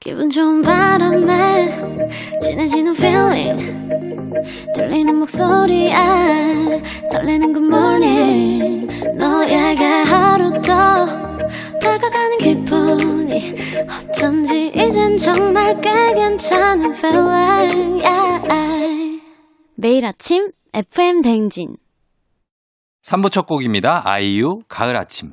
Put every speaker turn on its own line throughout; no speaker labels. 기분 좋은 바람에 진해지는 feeling 들리는 목소리에 설레는 good morning 너에게 하루 더 다가가는 기분이 어쩐지 이젠 정말 꽤 괜찮은 feeling yeah. 매일 아침 FM 댕진
3부 첫 곡입니다. 아이유 가을 아침.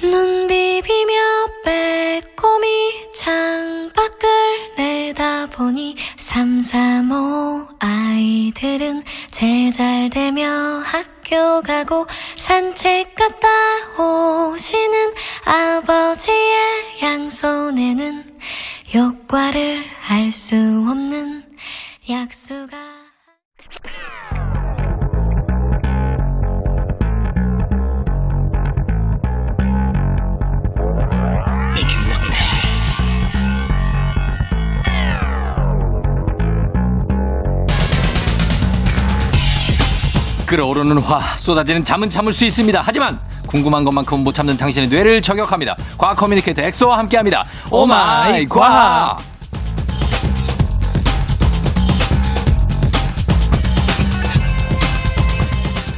눈 비비며 빼꼼히 창밖을 내다보니 삼삼오 아이들은 제잘되며 학교 가고 산책 갔다 오시는 아버지의 양손에는 효과를 알 수 없는 약수가
끓어오르는 화, 쏟아지는 잠은 참을 수 있습니다. 하지만 궁금한 것만큼 못 참는 당신의 뇌를 저격합니다. 과학 커뮤니케이터 엑소와 함께합니다. 오마이 과학.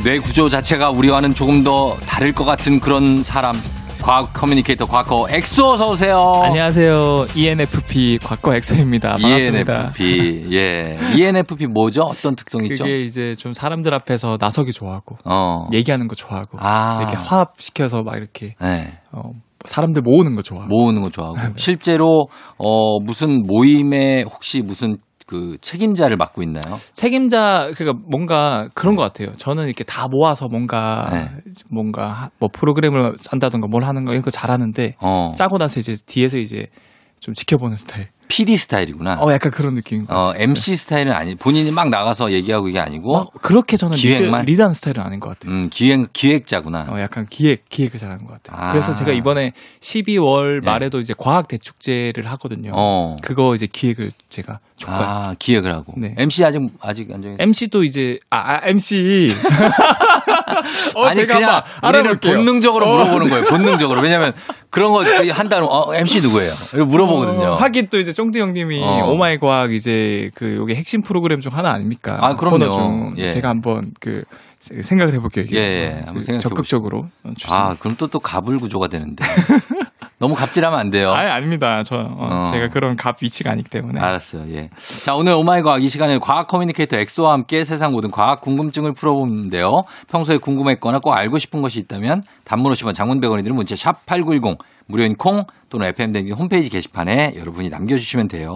뇌 구조 자체가 우리와는 조금 더 다를 것 같은 그런 사람. 과학 커뮤니케이터 과거 엑소 어서 오세요.
안녕하세요. E ENFP 곽거 엑소입니다.
E
반갑습니다.
ENFP. 예. ENFP 뭐죠? 어떤 특성이 있죠?
그게 이제 좀 사람들 앞에서 나서기 좋아하고
어.
얘기하는 거 좋아하고
아.
이렇게 화합시켜서 막 이렇게
네.
어, 사람들 모으는 거 좋아하고 네.
모으는 거 좋아하고 실제로 어 무슨 모임에 혹시 무슨 그 책임자를 맡고 있나요?
책임자 그러니까 뭔가 그런 것 같아요. 저는 이렇게 다 모아서 뭔가
네.
뭔가 하- 뭐 프로그램을 짠다던가 뭘 하는 거 이런 거 잘하는데
어
짜고 나서 이제 뒤에서 이제 좀 지켜보는 스타일.
PD 스타일이구나.
어 네. 약간 그런 느낌인 것 같아요.
아. 어 MC 스타일은 아니 본인이 막 나가서 얘기하고 이게 아니고
막 그렇게 저는
기획만?
리드, 하는 스타일은 아닌 것 같아요.
음 기획 기획자구나.
어, 약간 기획, 기획을 잘하는 것 같아요.
아.
그래서 제가 이번에 12월
예.
말에도 이제 과학 대축제를 하거든요.
어.
그거 이제 기획을 제가 족발.
아 기획을 하고
그 네.
MC 아직 아직 안 정해.
MC도 이제, 아, 아, MC. 어, 제가
그냥
한번
우리를
알아볼게요.
본능적으로 물어보는 거예요. 본능적으로 왜냐면 그런 거 한 달은 어, MC 누구예요? 이거 물어보거든요.
어, 하긴 또 이제 쫑디 형님이
어.
오마이 과학 이제 그 요게 핵심 프로그램 중 하나 아닙니까?
아, 그럼요.
코너 중.
예.
제가 한번 그 세- 생각을 해볼게요. 이게.
예, 예. 한번
그
생각해보세요.
적극적으로 주세요.
아
아,
그럼 또 또 갑을 구조가 되는데 너무 갑질하면 안 돼요.
아니, 아닙니다. 저, 어,
어.
제가 그런 갑 위치가 아니기 때문에.
알았어요. 예. 자, 오늘 오마이 과학 이 시간에 과학 커뮤니케이터 엑소와 함께 세상 모든 과학 궁금증을 풀어보는데요. 평소에 궁금했거나 꼭 알고 싶은 것이 있다면 단문 50원 장문 100원이 드는 문자 샵 8910 무료인 콩 또는 f m 댕진 홈페이지 게시판에 여러분이 남겨주시면 돼요.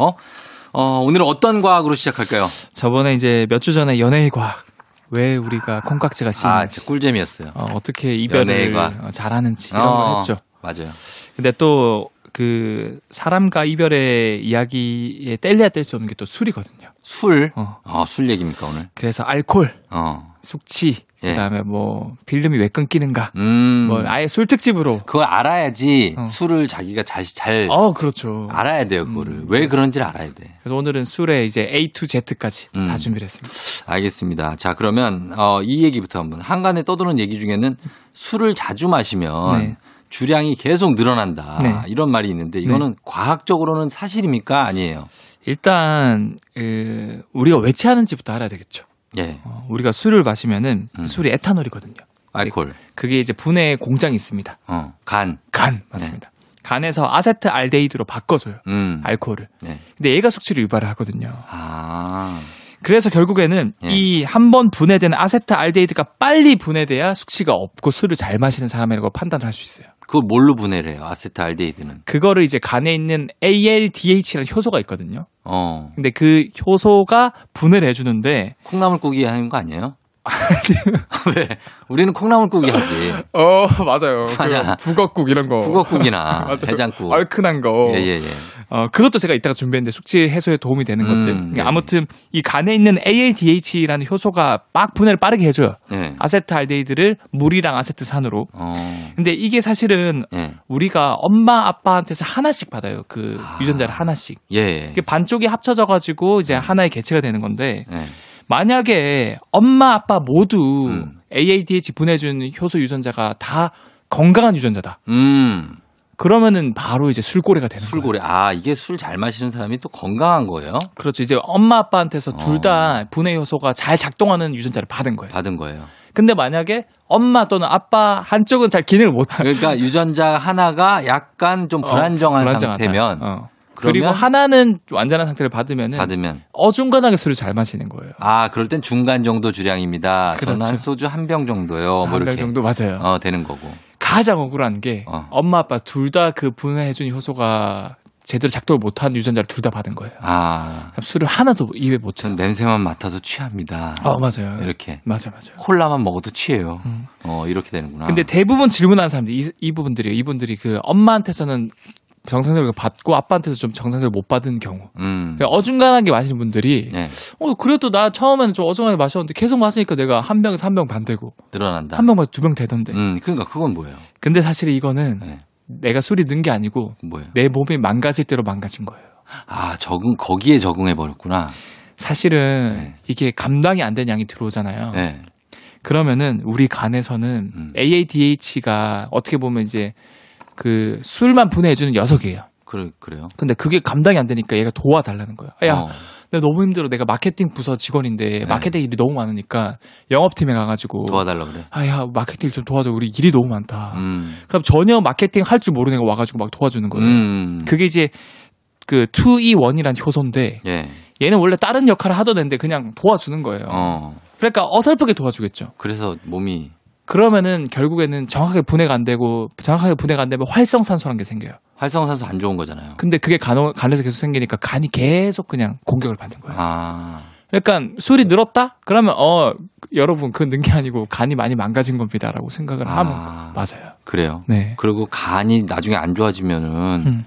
어, 오늘은 어떤 과학으로 시작할까요?
저번에 이제 몇 주 전에 연애의 과학 왜 우리가 콩깍지가
아,
씌는지
진짜 꿀잼이었어요.
어, 어떻게
연애의
이별을
과학.
어, 잘하는지 이런 걸
어,
했죠.
맞아요.
근데 또 그 사람과 이별의 이야기에 뗄래야 뗄 수 없는 게 또 술이거든요.
술.
어.
어, 술 얘기입니까, 오늘?
그래서 알코올,
어.
숙취,
예.
그다음에 뭐 필름이 왜 끊기는가,
음.
뭐 아예 술 특집으로.
그걸 알아야지
어.
술을 자기가 잘, 잘
어, 그렇죠.
예. 알아야 돼요, 그거를. 왜 그런지를 알아야 돼.
그래서 오늘은 술에 이제 A to Z까지
음.
다 준비를 했습니다.
알겠습니다. 자, 그러면 어, 이 얘기부터 한번 한간에 떠도는 얘기 중에는 술을 자주 마시면
네.
주량이 계속 늘어난다
네.
이런 말이 있는데 이거는 과학적으로는 사실입니까 아니에요?
일단 그 우리가 왜 취하는지부터 알아야 되겠죠.
예,
어, 우리가 술을 마시면은
음.
술이 에탄올이거든요.
알코올,
그게 이제 분해 공장이 있습니다.
어, 간,
간 맞습니다. 간에서 아세트알데히드로 바꿔줘요.
음,
알코올을.
예,
근데 얘가 숙취를 유발을 하거든요.
아,
그래서 결국에는
예.
이 한 번 분해된 아세트알데히드가 빨리 분해돼야 숙취가 없고 술을 잘 마시는 사람이라고 판단을 할 수 있어요.
그걸 뭘로 분해를 해요? 아세트알데히드는?
그거를 이제 간에 있는 ALDH라는 효소가 있거든요.
어,
근데 그 효소가 분해를 해주는데
콩나물국이 하는 거 아니에요? 왜? 우리는 콩나물국이 하지.
어, 맞아요. 그
맞아.
북엇국 이런 거.
북어국이나
맞아요.
해장국.
얼큰한 거.
예, 예, 예.
어, 그것도 제가 이따가 준비했는데 숙취 해소에 도움이 되는
음,
것들.
네.
그러니까 아무튼 이 간에 있는 ALDH라는 효소가 막 분해를 빠르게 해줘요.
예.
아세트알데히드를 물이랑 아세트산으로.
어.
근데 이게 사실은
예.
우리가 엄마 아빠한테서 하나씩 받아요. 그 유전자를 하나씩.
예. 예.
이게 반쪽이 합쳐져 가지고 이제 하나의 개체가 되는 건데
예.
만약에 엄마 아빠 모두
음.
AADH 분해준 효소 유전자가 다 건강한 유전자다.
음.
그러면은 바로 이제 술고래가 되는 거예요.
술고래. 아, 이게 술 잘 마시는 사람이 또 건강한 거예요?
그렇죠. 이제 엄마 아빠한테서 둘
어.
다 분해 효소가 잘 작동하는 유전자를 받은 거예요.
받은 거예요.
근데 만약에 엄마 또는 아빠 한쪽은 잘 기능을 못
그러니까 유전자 하나가 약간 좀 불안정한
어, 불안정하다.
상태면
어.
그러면-
그리고 하나는 완전한 상태를 받으면은
받으면
어중간하게 술을 잘 마시는 거예요.
아, 그럴 땐 중간 정도 주량입니다. 저는
그렇죠.
한 소주 한 병 정도요. 뭐
한병
이렇게
정도 맞아요.
어, 되는 거고.
가장 억울한 게
어.
엄마 아빠 둘 다 그 분해해준 효소가 제대로 작동을 못한 유전자를 둘 다 받은 거예요.
아,
그럼 술을 하나도 입에 못
전
쳐.
냄새만 맡아도 취합니다.
어 맞아요.
이렇게
맞아 맞아. 요
콜라만 먹어도 취해요. 어, 이렇게 되는구나.
근데 대부분 질문하는 사람들이 이, 이 부분들이에요. 이분들이 그 엄마한테서는 정상적으로 그 받고 아빠한테서 좀 정상적으로 못 받은 경우.
음.
그러니까 어중간하게 마시는 분들이
네,
어 그래도 나 처음에는 좀 어중간하게 마셨는데 계속 마시니까 내가 한 병에서 한병 반되고
늘어난다.
한 병 마서 두 병 되던데.
네. 음, 그러니까 그건 뭐예요?
근데 사실 이거는
네.
내가 술이 는 게 아니고
뭐예요?
내 몸이 망가질 대로 망가진 거예요.
아, 적응 거기에 적응해 버렸구나.
사실은
네.
이게 감당이 안 된 양이 들어오잖아요.
네.
그러면은 우리 간에서는
음.
AADH가 어떻게 보면 이제 그 술만 분해해주는 녀석이에요.
그래 그래요.
근데 그게 감당이 안 되니까 얘가 도와달라는 거예요. 야,
어. 네.
나 너무 힘들어. 내가 마케팅 부서 직원인데 마케팅 일이 너무 많으니까 영업팀에 가가지고
도와달라 그래.
아, 야, 마케팅 일 좀 도와줘. 우리 일이 너무 많다.
음.
그럼 전혀 마케팅 할 줄 모르는 애가 와가지고 막 도와주는 거예요.
음.
그게 이제 그 2E1이란 효소인데
예.
얘는 원래 다른 역할을 하던 애인데 그냥 도와주는 거예요.
어.
그러니까 어설프게 도와주겠죠.
그래서 몸이
그러면은 결국에는 정확하게 분해가 안 되고 정확하게 분해가 안 되면 활성산소라는 게 생겨요.
활성산소 안 좋은 거잖아요.
근데 그게 간, 간에서 계속 생기니까 간이 계속 그냥 공격을 받는 거예요.
아.
그러니까 술이 늘었다? 그러면 어 여러분 그 는 게 아니고 간이 많이 망가진 겁니다라고 생각을 하면
아.
맞아요.
그래요.
네.
그리고 간이 나중에 안 좋아지면은
음.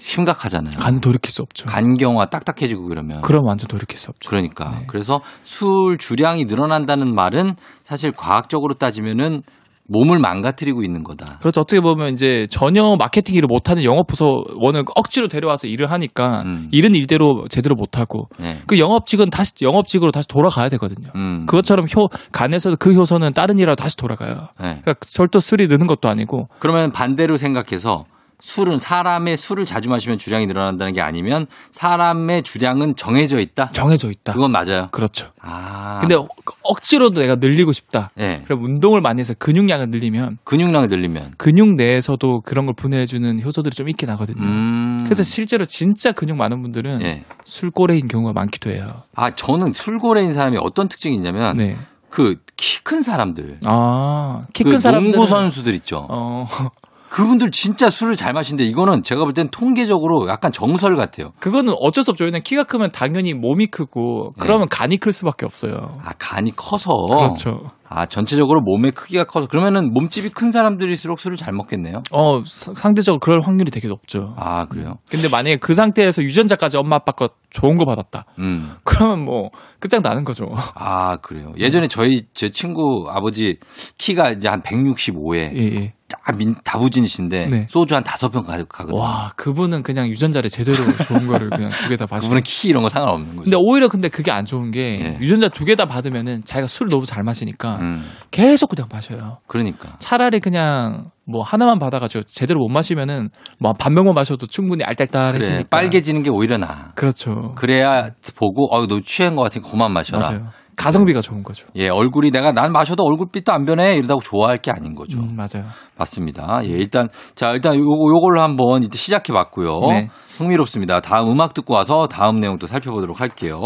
심각하잖아요.
간 돌이킬 수 없죠.
간경화 딱딱해지고 그러면.
그럼 완전 돌이킬 수 없죠.
그러니까 그래서 술 주량이 늘어난다는 말은 사실 과학적으로 따지면은 몸을 망가뜨리고 있는 거다.
그렇죠. 어떻게 보면 이제 전혀 마케팅 일을 못하는 영업 부서원을 억지로 데려와서 일을 하니까
음.
일은 일대로 제대로 못하고
예.
그 영업직은 다시 영업직으로 다시 돌아가야 되거든요.
음.
그것처럼 효 간에서도 그 효소는 다른 일하고 다시 돌아가요.
예.
그러니까 절도 술이 느는 것도 아니고
그러면 반대로 생각해서 술은 사람의 술을 자주 마시면 주량이 늘어난다는 게 아니면 사람의 주량은 정해져 있다.
정해져 있다.
그건 맞아요.
그렇죠.
아.
근데 억- 억지로도 내가 늘리고 싶다.
예.
그럼 운동을 많이 해서 근육량을 늘리면
근육량을 늘리면
근육 내에서도 그런 걸 분해해주는 효소들이 좀 있긴 하거든요.
음.
그래서 실제로 진짜 근육 많은 분들은
예.
술고래인 경우가 많기도 해요.
아, 저는 술고래인 사람이 어떤 특징이 있냐면
네.
그 키 큰 사람들.
아, 키
그
큰 사람들은
농구 선수들 있죠.
어,
그분들 진짜 술을 잘 마시는데 이거는 제가 볼 땐 통계적으로 약간 정설 같아요.
그거는 어쩔 수 없죠. 왜냐면 키가 크면 당연히 몸이 크고 그러면
예.
간이 클 수밖에 없어요.
아, 간이 커서.
그렇죠.
아, 전체적으로 몸의 크기가 커서. 그러면은 몸집이 큰 사람들일수록 술을 잘 먹겠네요.
어, 사- 상대적으로 그럴 확률이 되게 높죠.
아, 그래요?
근데 만약에 그 상태에서 유전자까지 엄마 아빠 거 좋은 거 받았다.
음.
그러면 뭐 끝장 나는 거죠.
아, 그래요. 예전에 저희 제 친구 아버지 키가 이제 한 165에
예, 예.
딱 민, 다부진이신데
네.
소주 한 다섯 병 가- 가거든요.
와, 그분은 그냥 유전자를 제대로 좋은 거를 그냥 두 개 다 받으
그분은 키 이런 거 상관없는 거죠.
근데 오히려 근데 그게 안 좋은 게
예.
유전자 두 개 다 받으면은 자기가 술을 너무 잘 마시니까
음,
계속 그냥 마셔요.
그러니까.
차라리 그냥 뭐 하나만 받아가지고 제대로 못 마시면은 뭐 반명만 마셔도 충분히 알딸딸해지니까.
그래. 빨개지는 게 오히려 나아.
그렇죠.
그래야 보고, 어, 너 취한 것 같으니까 그만 마셔라.
맞아요. 가성비가 좋은 거죠.
예, 얼굴이 내가 난 마셔도 얼굴빛도 안 변해. 이러다고 좋아할 게 아닌 거죠.
음, 맞아요.
맞습니다. 예, 일단 자, 일단 요 요걸로 한번 이제 시작해 봤고요.
네.
흥미롭습니다. 다음 음악 듣고 와서 다음 내용도 살펴보도록 할게요.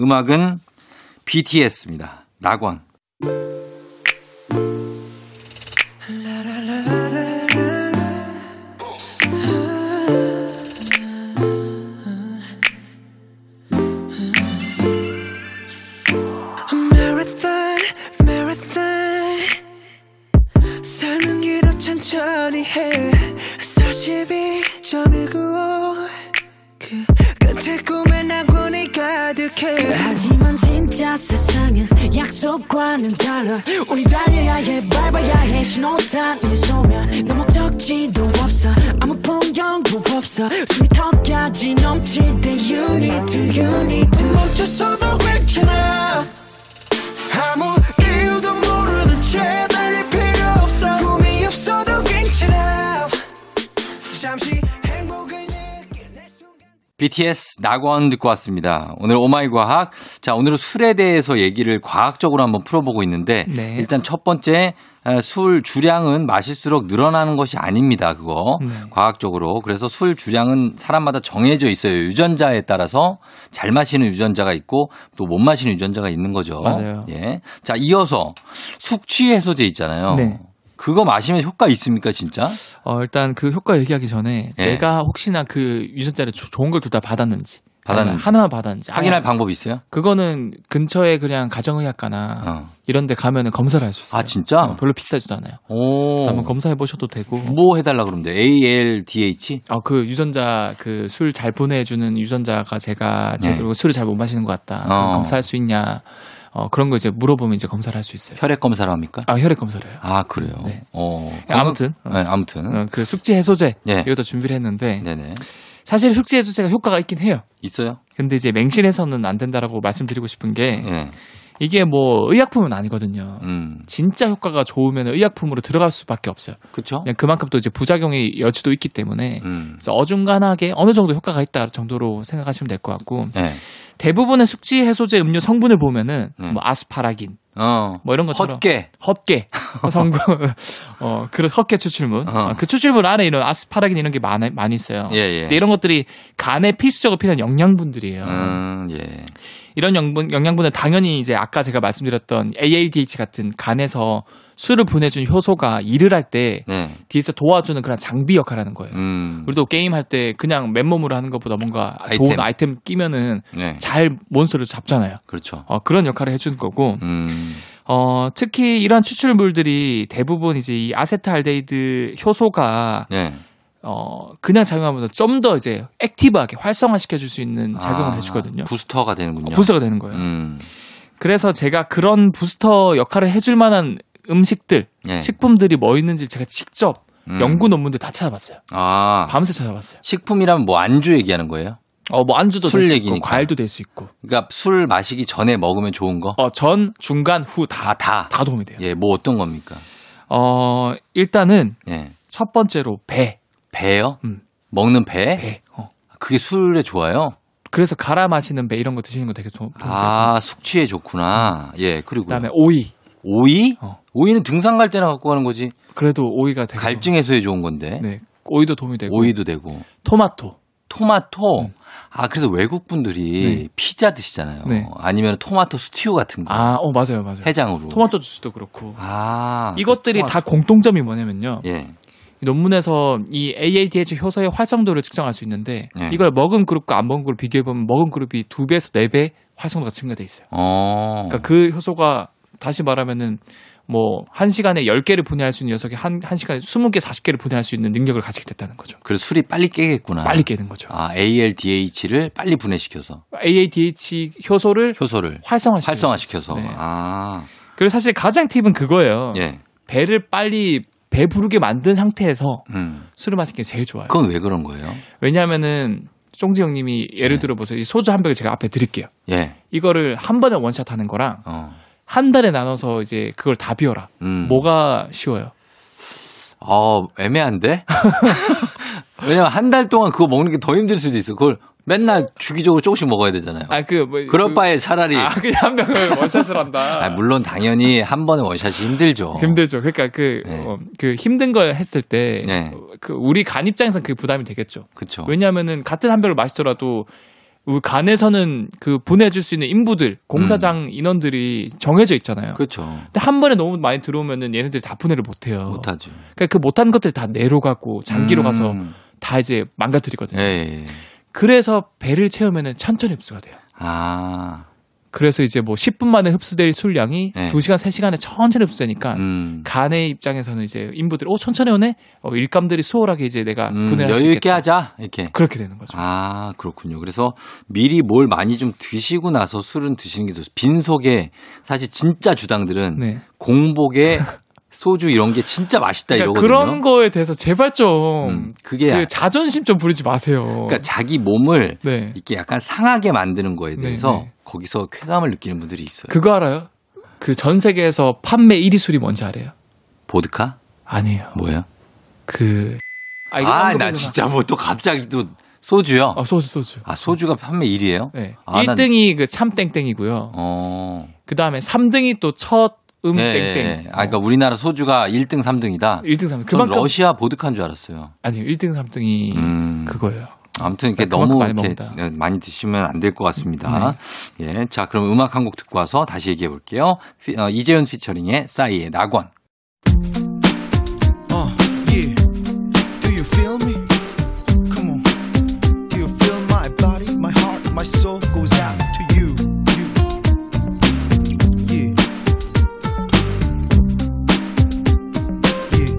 음악은 BTS입니다. 낙원.
A marathon 점을 그어 그 끝에 꿈엔 낙원이 가득해
하지만 진짜 세상은 약속과는 달라 우리 달려야 해 밟아야 해 신호탄 내 소면 너무 적지도 없어 아무 풍경도 없어 숨이 턱까지 넘칠 때 You need to you need to
멈춰서도 괜찮아 아무 이유도 모르는 채 달릴 필요 없어 꿈이 없어도 괜찮아 잠시 행복을 느낄 내 순간
BTS 낙원 듣고 왔습니다. 오늘 오마이 과학. 자, 오늘은 술에 대해서 얘기를 과학적으로 한번 풀어보고 있는데
네.
일단 첫 번째 에, 술 주량은 마실수록 늘어나는 것이 아닙니다. 그거
네.
과학적으로 그래서 술 주량은 사람마다 정해져 있어요. 유전자에 따라서 잘 마시는 유전자가 있고 또 못 마시는 유전자가 있는 거죠.
맞아요.
예. 자 이어서 숙취 해소제 있잖아요.
네.
그거 마시면 효과 있습니까 진짜?
어, 일단 그 효과 얘기하기 전에
예.
내가 혹시나 그 유전자를 조- 좋은 걸 둘 다 받았는지
받았는지.
아니면 하나만 받았는지
확인할
아예-
방법 있어요?
그거는 근처에 그냥 가정의학과나
어.
이런 데 가면은 검사를 할 수 있어요.
아, 진짜?
어, 별로 비싸지도 아, 않아요.
오.
그래서 한번 검사해 보셔도 되고.
뭐 해달라 그러는데 ALDH
아, 그 유전자, 그 술 잘 보내주는 유전자가 제가
네.
제대로 술을 잘 못 마시는 것 같다. 그럼
어.
검사할 수 있냐. 어, 그런 거 이제 물어보면 이제 검사를 할 수 있어요.
혈액 검사를 합니까?
아, 혈액 검사를 해요.
아 그래요.
네.
어
아무튼.
네, 아무튼
어, 그 숙취 해소제.
예.
이것도 준비를 했는데.
네네
사실 숙취 해소제가 효과가 있긴 해요.
있어요.
근데 이제 맹신해서는 안 된다라고 말씀드리고 싶은 게
예.
이게 뭐 의약품은 아니거든요.
음
진짜 효과가 좋으면 의약품으로 들어갈 수밖에 없어요.
그렇죠.
그냥 그만큼 또 이제 부작용의 여지도 있기 때문에
음.
그래서 어중간하게 어느 정도 효과가 있다 정도로 생각하시면 될 것 같고
예.
대부분의 숙취 해소제 음료 성분을 보면은
네.
뭐 아스파라긴
어.
뭐 이런 것처럼
헛개.
헛개 성분 어 그런 헛개 추출물
어.
어, 그 추출물 안에 이런 아스파라긴 이런 게 많이 많이 있어요. 네.
예, 예.
근데 이런 것들이 간에 필수적으로 필요한 영양분들이에요.
음 예.
이런 영분, 영양분은 당연히 이제 아까 제가 말씀드렸던 ALDH 같은 간에서 술을 보내준 효소가 일을 할 때
네.
뒤에서 도와주는 그런 장비 역할을 하는 거예요.
음.
우리도 게임 할 때 그냥 맨몸으로 하는 것보다 뭔가
아이템.
좋은 아이템 끼면은
네.
잘 몬스터를 잡잖아요.
그렇죠.
어, 그런 역할을 해주는 거고,
음.
어, 특히 이러한 추출물들이 대부분 이제 이 아세트알데히드 효소가,
예.
어, 그냥 작용하면서 좀 더 이제 액티브하게 활성화시켜줄 수 있는 작용을
아,
해주거든요. 어,
부스터가 되는군요.
부스가 되는 거예요.
음.
그래서 제가 그런 부스터 역할을 해줄 만한 음식들,
예.
식품들이 뭐 있는지 제가 직접
음.
연구 논문들 다 찾아봤어요.
아.
밤새 찾아봤어요.
식품이라면 뭐 안주 얘기하는 거예요?
어, 뭐 안주도
술
될 수 있고,
얘기니까.
과일도 될 수 있고,
그러니까 술 마시기 전에 먹으면 좋은 거?
어, 전, 중간, 후 다,
아, 다.
다 도움이 돼요.
예, 뭐 어떤 겁니까?
어, 일단은
예.
첫 번째로 배.
배요?
음.
먹는 배?
배. 어.
그게 술에 좋아요?
그래서 갈아 마시는 배 이런 거 드시는 거 되게 좋- 좋은데.
아, 숙취에 좋구나. 예, 그리고
그다음에 오이.
오이?
어.
오이는 등산 갈 때나 갖고 가는 거지.
그래도 오이가 되게
갈증 해소에 좋은 건데.
네. 오이도 도움이 되고.
오이도 되고.
토마토.
토마토. 아, 그래서 외국 분들이
네.
피자 드시잖아요.
네.
아니면 토마토 스튜 같은 거.
아, 어 맞아요. 맞아요.
해장으로.
토마토 주스도 그렇고.
아.
이것들이
토마토.
다 공통점이 뭐냐면요.
예.
논문에서 이 AADH 효소의 활성도를 측정할 수 있는데
네.
이걸 먹은 그룹과 안 먹은 그룹 비교해 보면 먹은 그룹이 두 배에서 네 배 활성도가 증가돼 있어요.
어.
그러니까 그 효소가 다시 말하면은 뭐 한시간에 10개를 분해할 수 있는 녀석이 한, 한시간에 20개, 40개를 분해할 수 있는 능력을 가지게 됐다는 거죠.
그래서 술이 빨리 깨겠구나.
빨리 깨는 거죠.
아, ALDH를 빨리 분해시켜서
AADH 효소를
효소를
활성화시켜.
활성화시켜서.
네.
아.
그리고 사실 가장 팁은 그거예요.
예.
배를 빨리 배부르게 만든 상태에서
음.
술을 마시는 게 제일 좋아요.
그건 왜 그런 거예요?
왜냐하면은 쫑지 형님이
네.
예를 들어 보세요. 이 소주 한 병을 제가 앞에 드릴게요.
예.
이거를 한 번에 원샷 하는 거랑
어.
한 달에 나눠서 이제 그걸 다 비워라.
음.
뭐가 쉬워요?
어, 애매한데? 왜냐면 한 달 동안 그거 먹는 게 더 힘들 수도 있어. 그걸 맨날 주기적으로 조금씩 먹어야 되잖아요.
아, 그, 뭐.
그럴
그-
바에 차라리.
아,
아,
그냥 한 병을 원샷을 한다.
물론 당연히 한 번에 원샷이 힘들죠.
힘들죠. 그러니까 그,
네.
어, 그 힘든 걸 했을 때,
네. 어.
어, 그 우리 간 입장에서는 그 부담이 되겠죠.
그쵸.
왜냐하면은 같은 한 병을 마시더라도 우리 간에서는 그 분해해줄 수 있는 인부들, 공사장 인원들이 정해져 있잖아요.
음. 그쵸.
근데 한 번에 너무 많이 들어오면은 얘네들이 다 분해를 못해요.
못하죠.
그러니까 그 못한 것들 다 내로 가고
음.
장기로
네.
가서 다 이제 망가뜨리거든요.
예, 예. 예.
그래서 배를 채우면은 천천히 흡수가 돼요.
아.
그래서 이제 뭐 10분 만에 흡수될 술량이
네.
2시간, 3시간에 천천히 흡수되니까
음.
간의 입장에서는 이제 인부들이 어 천천히 오네 어, 일감들이 수월하게 이제 내가
음,
그- 분해할 수
여유 있게
있겠다.
하자 이렇게.
그렇게 되는 거죠.
아 그렇군요. 그래서 미리 뭘 많이 좀 드시고 나서 술은 드시는 게 좋죠. 빈속에 사실 진짜 주당들은
네.
공복에 소주 이런 게 진짜 맛있다
그러니까
이러거든요.
그런 거에 대해서 제발 좀
음,
그
그게 아-
자존심 좀 부리지 마세요.
그러니까 자기 몸을
네.
이렇게 약간 상하게 만드는 거에
네,
대해서
네.
거기서 쾌감을 느끼는 분들이 있어요.
그거 알아요? 그 전 세계에서 판매 1위 술이 뭔지 알아요?
보드카
아니에요.
뭐예요?
그 아, 이거
아
방금
나
전에
진짜 뭐 또 갑자기 또 소주요.
아 소주 소주.
아 소주가 판매 1위예요?
네.
아, 난-
1등이 그 참땡땡이고요.
어.
그다음에 3등이 또 첫
예, 예,
음땡땡.
예. 아 그러니까 우리나라 소주가 1등 3등이다.
1등 3등.
저는
그만큼
러시아 보드카인 줄 알았어요.
아니요. 1등 3등이
음.
그거예요. 네,
아무튼 이렇게
그만큼
너무
많이
이렇게 네,
먹는다. 네.
많이 드시면 안 될 것 같습니다. 예. 자, 그럼 음악 한 곡 듣고 와서 다시 얘기해 볼게요. 피- 어, 이재현 피처링의 싸이의 낙원.
Uh, yeah. Do you feel me? Come on. Do you feel my body, my heart, my soul goes out to you? You. Yeah. Yeah.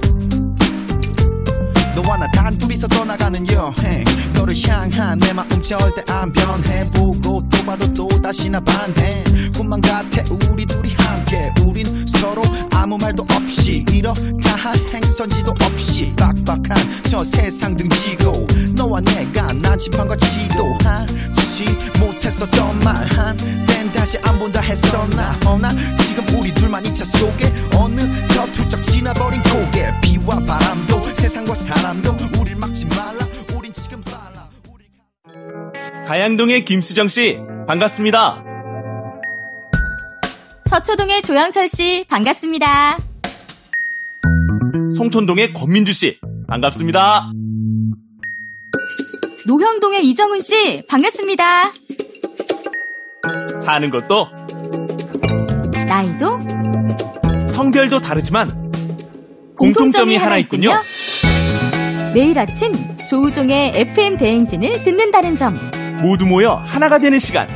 너와 나 단둘이서 떠나가는 여행 너를 향한 내 마음 절대 안 변해 보고 또 봐도 또 다시 나 반해 꿈만 같아 우리 둘이 함께 우린 서로 아무 말도 없이 이렇다 한 행선지도 없이 빡빡한 저 세상 등지고 너와 내가 난침판과 지도 하지 못했었던 말 한땐 다시 안 본다 했었나 허나 지금 우리 둘만 이 차 속에 어느덧 훌쩍 지나버린 고개 비와 바람도 세상과 사람도 우릴 막지 말라 우린 지금 빨라 우리 가-
가양동의 김수정 씨 반갑습니다.
서초동의 조영철 씨 반갑습니다.
송촌동의 권민주 씨 반갑습니다.
노형동의 이정훈 씨 반갑습니다.
사는 것도
나이도
성별도 다르지만
공통점이
공통점이 하나 있군요.
매일 아침 조우종의 FM 대행진을 듣는다는 점.
모두 모여 하나가 되는 시간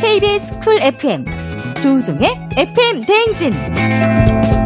KBS 쿨 FM 조우종의 FM 대행진.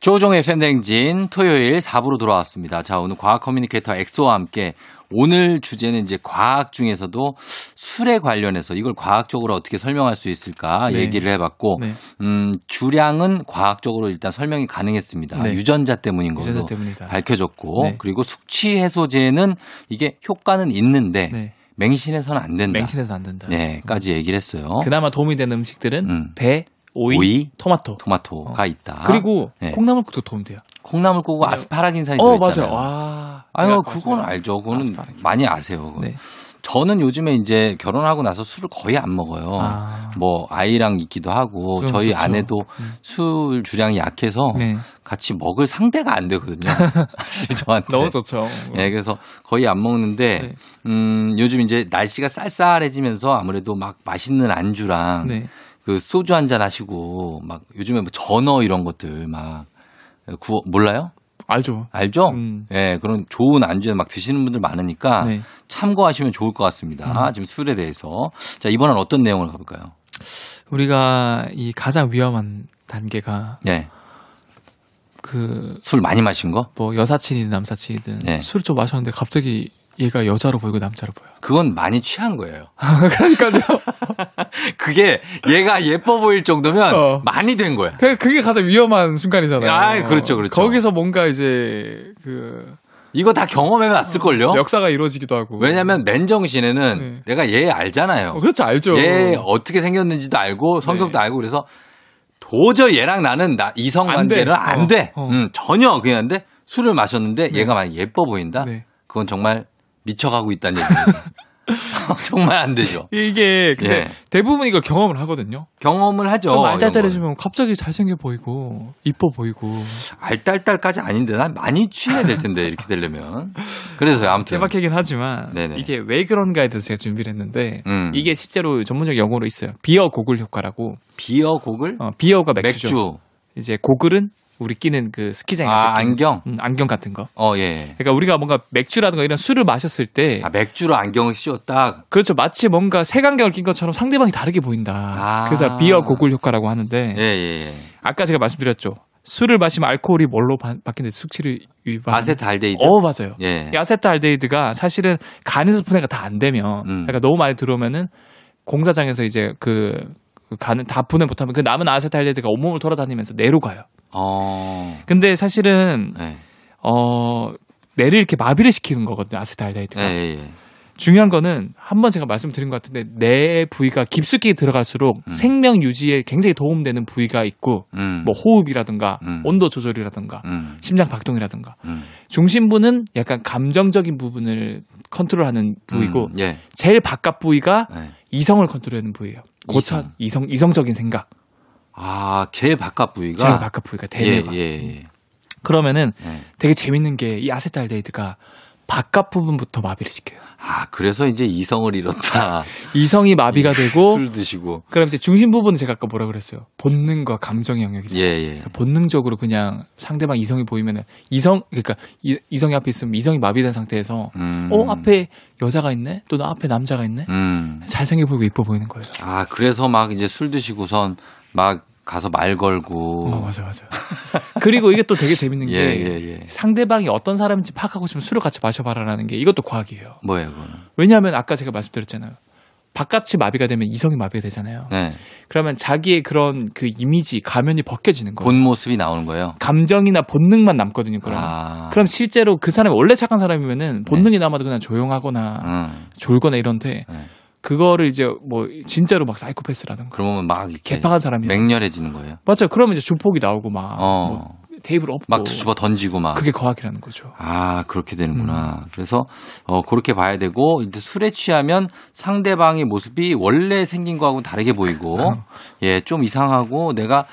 조종의 팬댕진 토요일 4부로 돌아왔습니다. 자, 오늘 과학 커뮤니케이터 엑소와 함께 오늘 주제는 이제 과학 중에서도 술에 관련해서 이걸 과학적으로 어떻게 설명할 수 있을까
네.
얘기를 해봤고,
네.
음, 주량은 과학적으로 일단 설명이 가능했습니다.
네.
유전자 때문인 걸로
유전자 때문이다.
아, 밝혀졌고,
네.
그리고 숙취 해소제는 이게 효과는 있는데
네.
맹신해서는 안 된다.
맹신해서 안 된다.
음. 네,까지 얘기를 했어요.
그나마 도움이 되는 음식들은
음.
배, 오이,
오이,
토마토.
토마토가 있다.
어. 그리고
네.
콩나물국도 도움 돼요.
콩나물국고
네.
아스파라긴산이
어,
들어있잖아요.
맞아요. 와.
아유,
제가
그건
말씀드렸어요.
알죠. 그거는
아스파라긴.
많이 아세요. 그거.
네.
저는 요즘에 이제 결혼하고 나서 술을 거의 안 먹어요.
아.
뭐 아이랑 있기도 하고
그럼
저희
좋죠.
아내도
음.
술 주량이 약해서
네.
같이 먹을 상대가 안 되거든요. 사실 저한테.
너무 좋죠.
예, 그래서 거의 안 먹는데
네.
음, 요즘 이제 날씨가 쌀쌀해지면서 아무래도 막 맛있는 안주랑
네.
그 소주 한 잔 하시고 막 요즘에 뭐 전어 이런 것들 막 구워 몰라요?
알죠.
알죠?
음.
예, 그런 좋은 안주에 막 드시는 분들 많으니까
네. 음.
참고하시면 좋을 것 같습니다. 지금 술에 대해서. 자, 이번엔 어떤 내용을 가볼까요?
우리가 이 가장 위험한 단계가
예.
그
술 많이 마신 거?
뭐 여사친이든 남사친이든
네.
술 좀 마셨는데 갑자기 얘가 여자로 보이고 남자로 보여.
그건 많이 취한 거예요. 그러니까요. 그게 얘가 예뻐 보일 정도면
어.
많이 된 거야.
그 그게 가장 위험한 순간이잖아요.
아, 그렇죠, 그렇죠.
거기서 뭔가 이제 그
이거 다 경험해 봤을걸요?
역사가 이루어지기도 하고.
왜냐면 맨정신에는
네.
내가 얘 알잖아요.
어, 그렇죠, 알죠.
얘 예, 어떻게 생겼는지도 알고 성격도
네.
알고 그래서 도저히 얘랑 나는 나 이성
안 돼.
관계는 안
어,
돼.
어.
음, 전혀 그냥 안 돼. 술을 마셨는데 얘가 만약 예뻐 보인다.
네.
그건 정말 미쳐가고 있다는 얘기예요. 정말 안 되죠.
이게 근데
예.
대부분 이걸 경험을 하거든요.
경험을 하죠.
좀
이런 걸.
알딸딸해지면 갑자기 잘생겨 보이고 이뻐 보이고
네. 알딸딸까지 아닌데 난 많이 취해야 될 텐데 이렇게 되려면. 그래서 아무튼
대박이긴 하지만
네네.
이게 왜 그런가에 대해서 제가 준비를 했는데
음.
이게 실제로 전문적 용어로 있어요. 비어 고글 효과라고.
비어 곡을
어, 비어가 맥주죠.
맥주.
이제 고글은 우리 끼는 그 스키장에 가서
아,
끼는,
안경?
음, 안경 같은 거.
어, 예.
그러니까 우리가 뭔가 맥주라든가 이런 술을 마셨을 때
아, 맥주로 안경을 씌웠다.
그렇죠. 마치 뭔가 색안경을 낀 것처럼 상대방이 다르게 보인다.
아.
그래서 비어 고글 효과라고 하는데
예, 예, 예.
아까 제가 말씀드렸죠. 술을 마시면 알코올이 뭘로 바, 바뀌는데 숙취를 유발.
아세트알데히드.
어 맞아요.
예.
이 아세트알데히드가 사실은 간에서 분해가 다 안 되면
음.
그러니까 너무 많이 들어오면은 공사장에서 이제 그그 간은 다 분해 못하면 그 남은 아세트알데히드가 온몸을 돌아다니면서 뇌로 가요.
어.
근데 사실은
예.
어 뇌를 이렇게 마비를 시키는 거거든요.
예,
아세트알데히드가.
예, 예.
중요한 거는 한 번 제가 말씀드린 것 같은데 뇌 부위가 깊숙이 들어갈수록
음.
생명 유지에 굉장히 도움되는 부위가 있고
음.
뭐 호흡이라든가
음.
온도 조절이라든가
음.
심장 박동이라든가
음.
중심부는 약간 감정적인 부분을 컨트롤하는 부위고
음, 예.
제일 바깥 부위가
예.
이성을 컨트롤하는 부위예요. 고차 이성 이성적인 생각
아, 제 바깥 부위가
제일 바깥 부위가 대뇌가
아. 예, 예,
그러면은
예. 예.
되게 재밌는 게 이 아세트알데히드가 바깥 부분부터 마비를 시켜요.
아, 그래서 이제 이성을 잃었다.
이성이 마비가 되고
술 드시고.
그럼 이제 중심 부분은 제가 아까 뭐라 그랬어요? 본능과 감정의 영역이죠.
예, 예.
본능적으로 그냥 상대방 이성이 보이면은 이성 그러니까 이, 이성이 앞에 있으면 이성이 마비된 상태에서
음.
어 앞에 여자가 있네 또는 앞에 남자가 있네
음.
잘생겨 보이고 이뻐 보이는 거예요.
아, 그래서 막 이제 술 드시고선 막 가서 말 걸고.
어, 맞아 맞아. 그리고 이게 또 되게 재밌는
예,
게
예, 예.
상대방이 어떤 사람인지 파악하고 싶으면 술을 같이 마셔봐라라는 게 이것도 과학이에요.
뭐예요, 그거는?
왜냐하면 아까 제가 말씀드렸잖아요. 바깥이 마비가 되면 이성이 마비가 되잖아요.
네.
그러면 자기의 그런 그 이미지 가면이 벗겨지는 거예요.
본 모습이 나오는 거예요.
감정이나 본능만 남거든요. 그럼
아. 네.
그럼 실제로 그 사람이 원래 착한 사람이면은 본능이 남아도 그냥 조용하거나
음.
졸거나 이런데
네.
그거를 이제 뭐 진짜로 막 사이코패스라든가
그러면 막 이렇게
개파한 사람이
맹렬해지는 거예요.
맞아요. 그러면 이제 주폭이 나오고 막
어.
뭐 테이블 업고
막 뒤집어 던지고 막.
그게 음. 과학이라는 거죠.
아, 그렇게 되는구나. 그래서, 어, 그렇게 봐야 되고, 이제 술에 취하면 상대방의 모습이 원래 생긴 거하고는 다르게 보이고, 예, 좀 이상하고, 내가,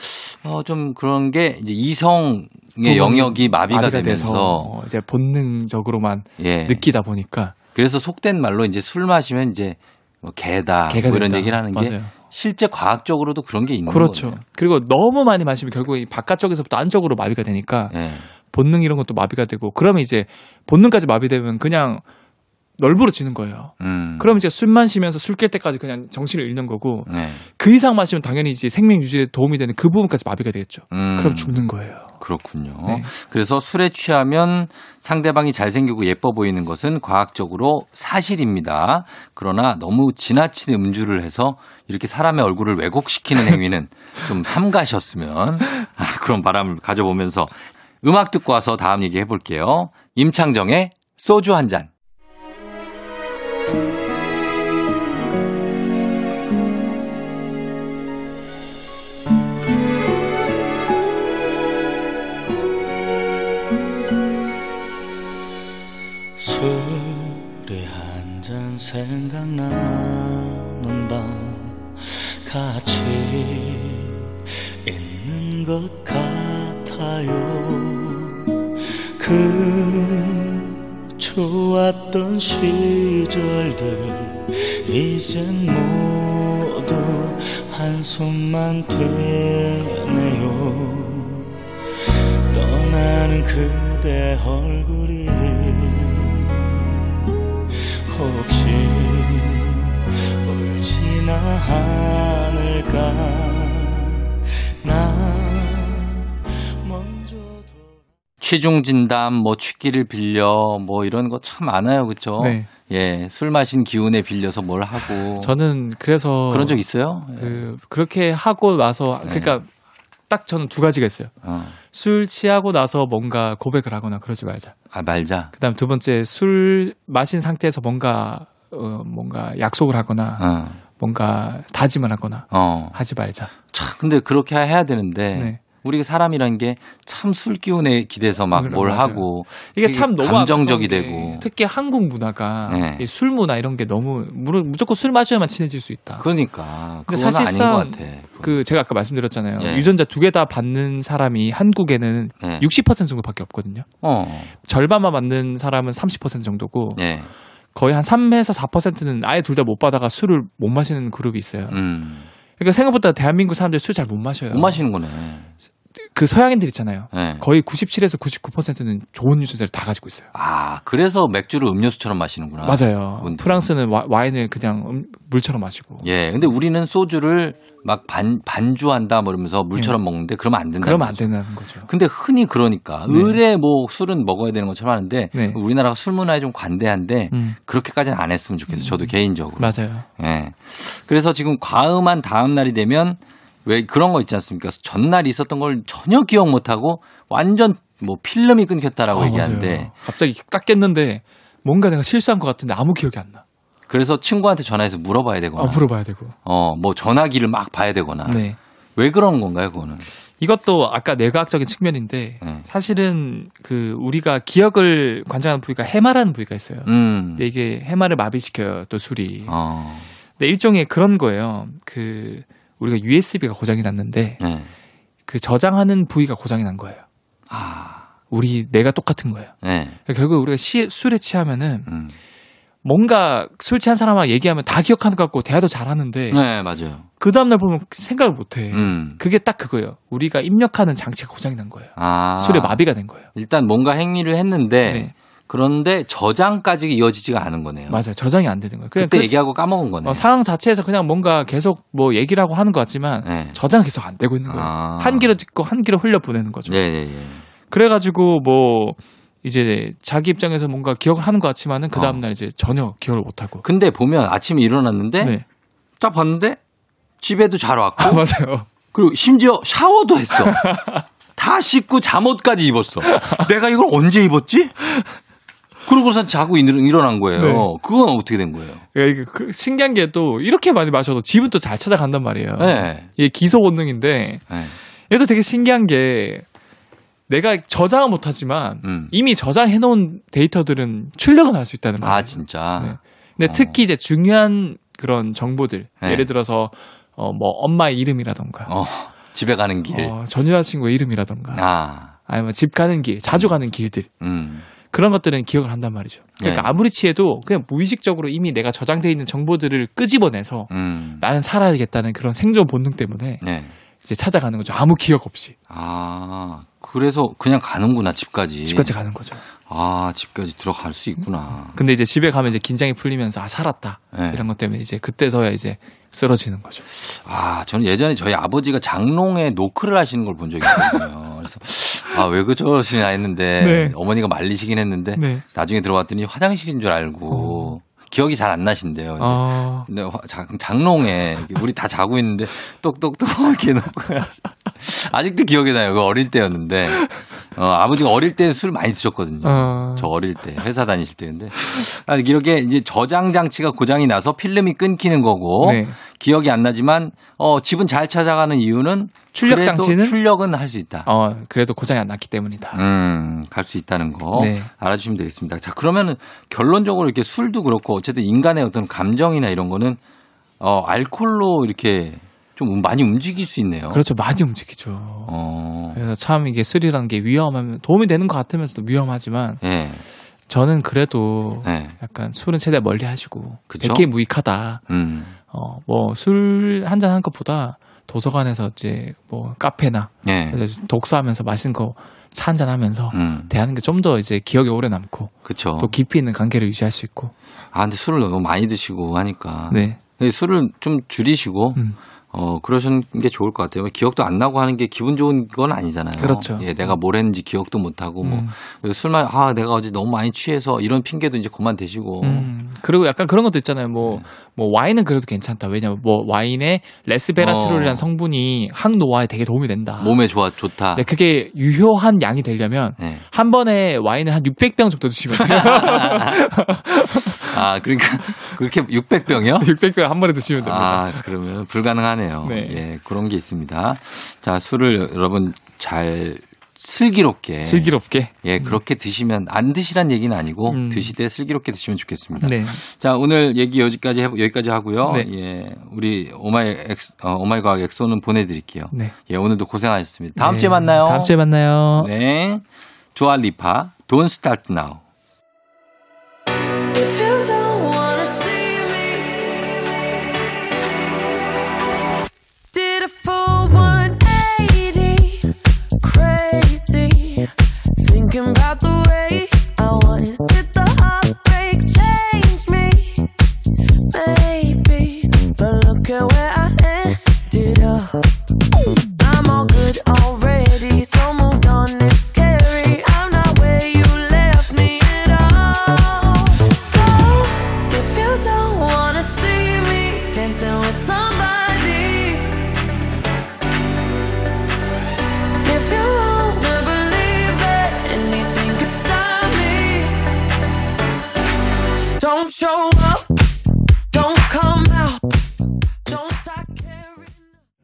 어, 좀 그런 게, 이제 이성의 영역이 마비가, 되면서,
어, 이제 본능적으로만
예.
느끼다 보니까
그래서 속된 말로 이제 술 마시면 이제, 뭐, 개다.
개가
뭐 이런
된다.
얘기를 하는 게,
맞아요.
실제 과학적으로도 그런 게 있는
그렇죠.
거예요.
그리고 너무 많이 마시면 결국 이 바깥쪽에서부터 안쪽으로 마비가 되니까
예.
본능 이런 것도 마비가 되고 그러면 이제 본능까지 마비되면 그냥 널브러지는 거예요.
음.
그럼 이제 술 마시면서 술 깰 때까지 그냥 정신을 잃는 거고
네.
그 이상 마시면 당연히 이제 생명 유지에 도움이 되는 그 부분까지 마비가 되겠죠.
음.
그럼 죽는 거예요.
그렇군요.
네.
그래서 술에 취하면 상대방이 잘생기고 예뻐 보이는 것은 과학적으로 사실입니다. 그러나 너무 지나친 음주를 해서 이렇게 사람의 얼굴을 왜곡시키는 행위는 좀 삼가셨으면 아, 그런 바람을 가져보면서 음악 듣고 와서 다음 얘기 해볼게요. 임창정의 소주 한 잔.
술에 한 잔 생각나는 밤 같이 있는 것 같아요 그 좋았던 시절들 이젠 모두 한손만 되네요 떠나는 그대 얼굴이 혹시 울지나 않을까 나 먼저
취중진담, 뭐 취기를 빌려, 뭐 이런 거 참 많아요, 그렇죠?
네.
예, 술 마신 기운에 빌려서 뭘 하고
저는 그래서
어. 그런 적 있어요? 예.
그 그렇게 하고 나서
네.
그러니까 딱 저는 두 가지가 있어요.
어.
술 취하고 나서 뭔가 고백을 하거나 그러지 말자.
아 말자.
그다음 두 번째 술 마신 상태에서 뭔가 어, 뭔가 약속을 하거나
어.
뭔가 다짐을 하거나
어.
하지 말자.
참, 근데 그렇게 해야 되는데,
네.
우리가 사람이란 게 참 술기운에 기대서 막
그래,
뭘
맞아요.
하고,
이게 참 너무
감정적이
아까운 게
되고.
특히 한국 문화가
네.
이술 문화 이런 게 너무 무- 무조건 술 마셔야만 친해질 수 있다. 그,
그러니까, 그건
근데
사실상
사실상
아닌 예. 것 같아.
제가 아까 말씀드렸잖아요.
예.
유전자 두 개 다 받는 사람이 한국에는
예.
60% 정도밖에 없거든요.
어,
절반만 받는 사람은 30% 정도고
예,
거의 한 3에서 4%는 아예 둘 다 못 받아가 술을 못 마시는 그룹이 있어요.
음.
그러니까 생각보다 대한민국 사람들이 술 잘 못 마셔요.
못 마시는 거네.
그 서양인들 있잖아요.
네.
거의 97에서 99%는 좋은 유전자를 다 가지고 있어요.
아, 그래서 맥주를 음료수처럼 마시는구나.
맞아요.
분들은.
프랑스는 와, 인을 그냥 음- 물처럼 마시고.
예, 근데 우리는 소주를 막 반, 반주한다, 뭐 이러면서 물처럼 먹는데 그러면 안 된다.
네. 그러면 안 된다는 거죠.
근데 흔히 그러니까
네.
을에 뭐 술은 먹어야 되는 것처럼 하는데
네.
우리나라가 술 문화에 좀 관대한데
음,
그렇게까지는 안 했으면 좋겠어요. 저도 개인적으로.
맞아요.
예. 그래서 지금 과음한 다음 날이 되면 왜 그런 거 있지 않습니까? 전날 있었던 걸 전혀 기억 못 하고 완전 뭐 필름이 끊겼다라고
아,
얘기하는데
맞아요. 갑자기 딱 깼는데 뭔가 내가 실수한 것 같은데 아무 기억이 안 나.
그래서 친구한테 전화해서 물어봐야 되거나
아, 물어봐야 되고.
어, 뭐 전화기를 막 봐야 되거나
네.
왜 그런 건가요, 그거는?
이것도 아까 내과학적인 측면인데
네.
사실은 그 우리가 기억을 관장하는 부위가 해마라는 부위가 있어요.
음.
근데 이게 해마를 마비시켜요, 또 술이.
어.
근데 일종의 그런 거예요. 그 우리가 USB가 고장이 났는데
네.
그 저장하는 부위가 고장이 난 거예요.
아.
우리 내가 똑같은 거예요.
네.
그러니까 결국 우리가 시- 술에 취하면은
음.
뭔가 술 취한 사람하고 얘기하면 다 기억하는 것 같고 대화도 잘하는데
네, 맞아요.
그 다음날 보면 생각을 못해.
음.
그게 딱 그거예요. 우리가 입력하는 장치가 고장이 난 거예요.
아.
술에 마비가 된 거예요.
일단 뭔가 행위를 했는데
네.
그런데 저장까지 이어지지가 않은 거네요.
맞아요. 저장이 안 되는 거예요.
그때
그냥 그
얘기하고 까먹은 거네요.
어, 상황 자체에서 그냥 뭔가 계속 뭐 얘기를 하고 하는 것 같지만
네.
저장 계속 안 되고 있는 거예요.
아.
한 귀로 듣고 한 귀로 흘려 보내는 거죠.
예, 예, 예.
그래가지고 뭐 이제 자기 입장에서 뭔가 기억을 하는 것 같지만은 그
어.
다음날 이제 전혀 기억을 못 하고.
근데 보면 아침에 일어났는데
네.
딱 봤는데 집에도 잘 왔고
아, 맞아요.
그리고 심지어 샤워도 했어. 다 씻고 잠옷까지 입었어. 내가 이걸 언제 입었지? 그러고선 자고 일- 일어난 거예요.
네.
그건 어떻게 된 거예요?
야, 이게 그- 신기한 게 또 이렇게 많이 마셔도 집은 또 잘 찾아간단 말이에요.
네.
이게 기소 본능인데
네.
얘도 되게 신기한 게 내가 저장은 못하지만
음.
이미 저장해놓은 데이터들은 출력은 할 수 있다는 말이에요.
아 진짜.
네. 근데
어.
특히 이제 중요한 그런 정보들
네.
예를 들어서 어, 뭐 엄마의 이름이라던가
어 집에 가는 길.
어, 전 여자친구의 이름이라던가
아.
아니면 집 가는 길 자주 가는 길들
음.
그런 것들은 기억을 한단 말이죠. 그러니까
네.
아무리 취해도 그냥 무의식적으로 이미 내가 저장돼 있는 정보들을 끄집어내서
음.
나는 살아야겠다는 그런 생존 본능 때문에
네.
이제 찾아가는 거죠. 아무 기억 없이
아 그래서 그냥 가는구나 집까지.
집까지 가는 거죠.
아 집까지 들어갈 수 있구나.
근데 이제 집에 가면 이제 긴장이 풀리면서 아 살았다
네.
이런 것 때문에 이제 그때서야 이제 쓰러지는 거죠.
아, 저는 예전에 저희 아버지가 장롱에 노크를 하시는 걸 본 적이 있거든요. 그래서 아, 왜 그러시나 했는데
네.
어머니가 말리시긴 했는데
네.
나중에 들어왔더니 화장실인 줄 알고 기억이 잘 안 나신대요. 근데
아
근데 화- 장, 장롱에 이렇게 우리 다 자고 있는데 똑똑똑 이렇게 놓고 아직도 기억이 나요. 그 어릴 때였는데 어, 아버지가 어릴 때 술 많이 드셨거든요.
어.
저 어릴 때 회사 다니실 때인데 아, 이렇게 이제 저장 장치가 고장이 나서 필름이 끊기는 거고
네.
기억이 안 나지만 어, 집은 잘 찾아가는 이유는
출력
그래도
장치는?
출력은 할 수 있다.
어, 그래도 고장이 안 났기 때문이다.
음, 갈 수 있다는 거
네.
알아주시면 되겠습니다. 자, 그러면은 결론적으로 이렇게 술도 그렇고 어쨌든 인간의 어떤 감정이나 이런 거는 어, 알콜로 이렇게 좀 많이 움직일 수 있네요.
그렇죠. 네. 많이 움직이죠.
어.
그래서 참 이게 술이라는 게 위험하면 도움이 되는 것 같으면서도 위험하지만
예.
저는 그래도
예.
약간 술은 최대한 멀리 하시고
그쵸?
백해 무익하다.
음.
어, 뭐 술 한 잔 한 것보다 도서관에서 이제 뭐 카페나
예.
독서하면서 맛있는 거 차 한 잔 하면서
음.
대하는 게 좀 더 이제 기억에 오래 남고
그렇죠.
또 깊이 있는 관계를 유지할 수 있고.
아, 근데 술을 너무 많이 드시고 하니까
네.
예, 술을 좀 줄이시고
음.
어, 그러시는 게 좋을 것 같아요. 기억도 안 나고 하는 게 기분 좋은 건 아니잖아요.
그렇죠.
예, 내가 뭘 했는지 기억도 못 하고 뭐
음.
그래서 술만 아, 내가 어제 너무 많이 취해서 이런 핑계도 이제 그만 대시고.
음, 그리고 약간 그런 것도 있잖아요. 뭐,
네.
뭐, 와인은 그래도 괜찮다. 왜냐면, 뭐, 와인에 레스베라트롤이라는
어. 뭐
성분이 항노화에 되게 도움이 된다.
몸에 좋아 좋다.
근데 네, 그게 유효한 양이 되려면,
네.
한 번에 와인을 한 600병 정도 드시면 돼요.
아 그러니까 그렇게 600병이요?
600병 한 번에 드시면 됩니다.
아 그러면 불가능하네요.
네.
예 그런 게 있습니다. 자 술을 여러분 잘 슬기롭게
슬기롭게.
예 그렇게 드시면 안 드시란 얘기는 아니고
음.
드시되 슬기롭게 드시면 좋겠습니다.
네.
자 오늘 얘기 여기까지 해, 여기까지 하고요.
네.
예 우리 오마이 엑스 어, 오마이 과학 엑소는 보내드릴게요.
네.
예 오늘도 고생하셨습니다. 다음
네.
주에 만나요.
다음 주에 만나요.
네 조알리파 Don't Start Now.
If you don't wanna see me, did a full 180,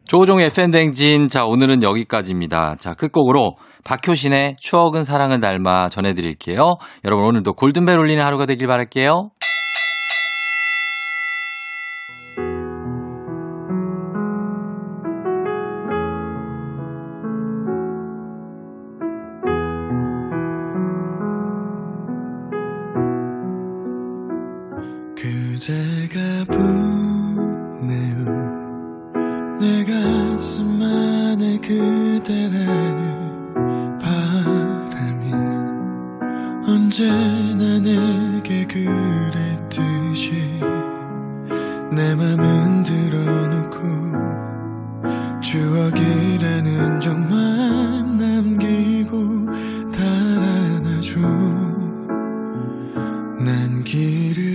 조종의 팬댕진. 자, 오늘은 여기까지입니다. 자, 끝곡으로 박효신의 추억은 사랑을 닮아 전해드릴게요. 여러분, 오늘도 골든벨 울리는 하루가 되길 바랄게요.
그대가 보내온 내 가슴 안에 그대라는 바람이 언제나 내게 그랬듯이 내 맘은 들어놓고 추억이라는 점만 남기고 달아나줘 난 길을 그